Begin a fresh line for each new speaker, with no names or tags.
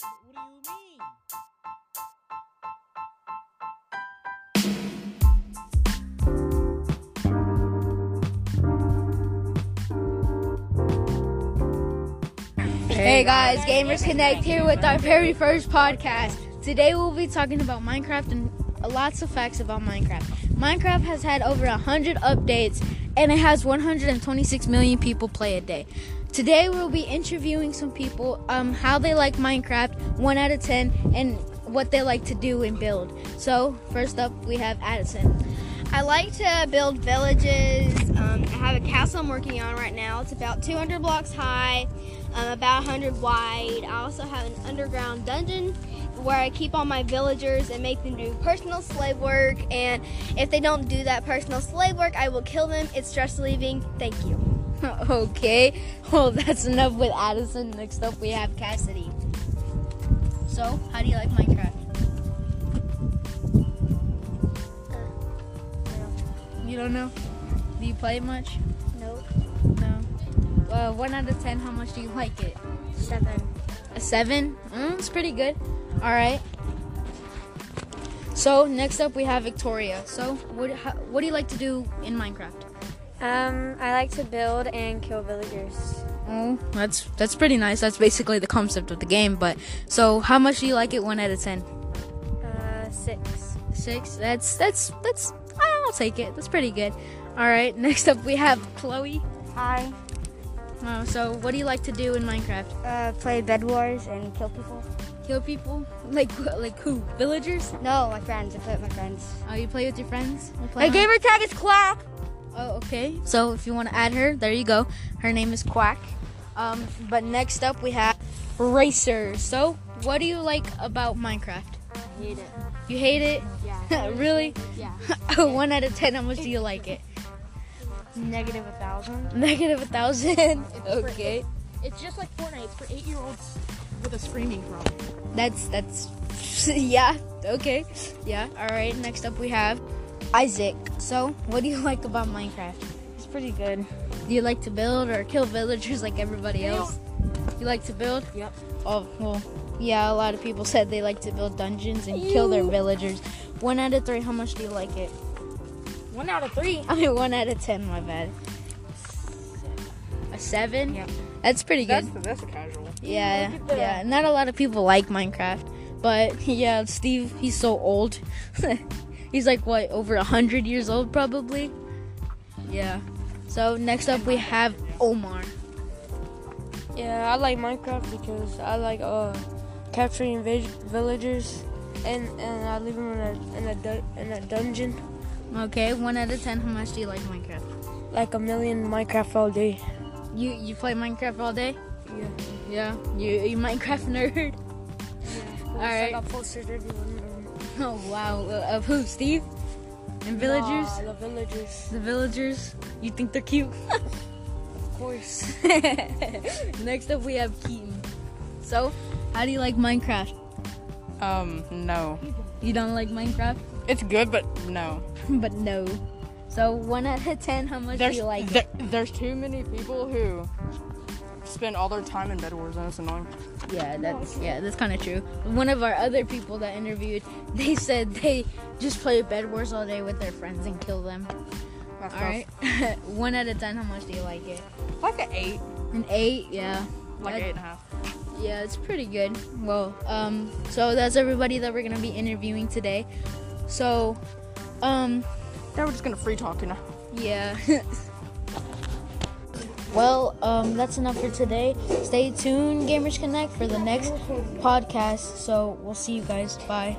What do you mean?
Hey guys, Gamers Connect here with our very first podcast. Today we'll be talking about Minecraft and lots of facts about Minecraft. Minecraft has had over 100 updates and it has 126 million people play a day. Today we'll be interviewing some people um, how they like Minecraft, 1 out of 10, and what they like to do and build. So, first up, we have Addison.
I like to build villages. Um, I have a castle I'm working on right now. It's about 200 blocks high, um, about 100 wide. I also have an underground dungeon where I keep all my villagers and make them do personal slave work. And if they don't do that personal slave work, I will kill them. It's stress relieving. Thank you.
okay, well, that's enough with Addison. Next up, we have Cassidy. So, how do you like Minecraft? You don't know? Do you play it much?
Nope.
No. Well, one out of ten, how much do you like it?
Seven.
A seven? Mm, it's pretty good. All right. So, next up, we have Victoria. So, what, how, what do you like to do in Minecraft?
Um, I like to build and kill villagers.
Oh, that's that's pretty nice. That's basically the concept of the game. But so, how much do you like it? One out of ten.
Uh, six.
Six. That's that's that's. I'll take it. That's pretty good. All right. Next up, we have Chloe.
I
Oh, so what do you like to do in Minecraft?
uh, play Bed Wars and kill people.
Kill people? Like wh- like who? Villagers?
No, my friends. I play with my friends.
Oh, you play with your friends? You play
My
on-
gamer tag is Quack.
Oh, okay. So if you want to add her, there you go. Her name is Quack. Um, but next up we have Racer. So what do you like about Minecraft?
Hate it.
You hate it?
Yeah.
really?
yeah.
One out of ten. How much do you like it?
Negative a thousand.
Negative a thousand. Okay.
It's just like Fortnite. It's for eight-year-olds with a screaming problem.
That's that's. Yeah. Okay. Yeah. All right. Next up we have Isaac. So, what do you like about Minecraft?
It's pretty good.
Do you like to build or kill villagers like everybody else? You like to build?
Yep.
Oh well. Yeah. A lot of people said they like to build dungeons and kill their villagers. One out of three. How much do you like it?
One out of three.
I mean, one out of ten. My bad. A seven.
Yep.
That's pretty good.
that's a casual.
Yeah, yeah. Not a lot of people like Minecraft, but yeah, Steve, he's so old. he's like what, over a hundred years old, probably. Yeah. So next up, we have Omar.
Yeah, I like Minecraft because I like uh, capturing vi- villagers, and and I leave them in a in a, du- in a dungeon
Okay, one out of ten. How much do you like Minecraft?
like a million Minecraft all day.
You you play Minecraft all day?
Yeah.
Yeah. You you Minecraft nerd?
All
right.
I got posters everywhere.
Oh wow. Uh, Of who, Steve? And villagers?
Nah, I love villagers,
The villagers? You think they're cute?
of course.
Next up, we have Keaton. So, how do you like Minecraft?
Um, no.
You don't like Minecraft,
It's good, but no.
but no. So one out of ten, how much do you like it?
there- there's too many people who spend all their time in Bed Wars, and it's annoying.
Yeah, that's yeah, that's kind of true. One of our other people that interviewed, they said they just play Bed Wars all day with their friends and kill them.
That's
All right, one out of ten, how much do you like it?
rough. Like an eight,
An eight, yeah.
like
That-
eight and a half.
Yeah, it's pretty good. Well, um, so that's everybody that we're gonna be interviewing today. So, um,
Now we're just gonna free talk you know.
Yeah. well, um, that's enough for today. Stay tuned, Gamers Connect, for the next podcast. So we'll see you guys. Bye.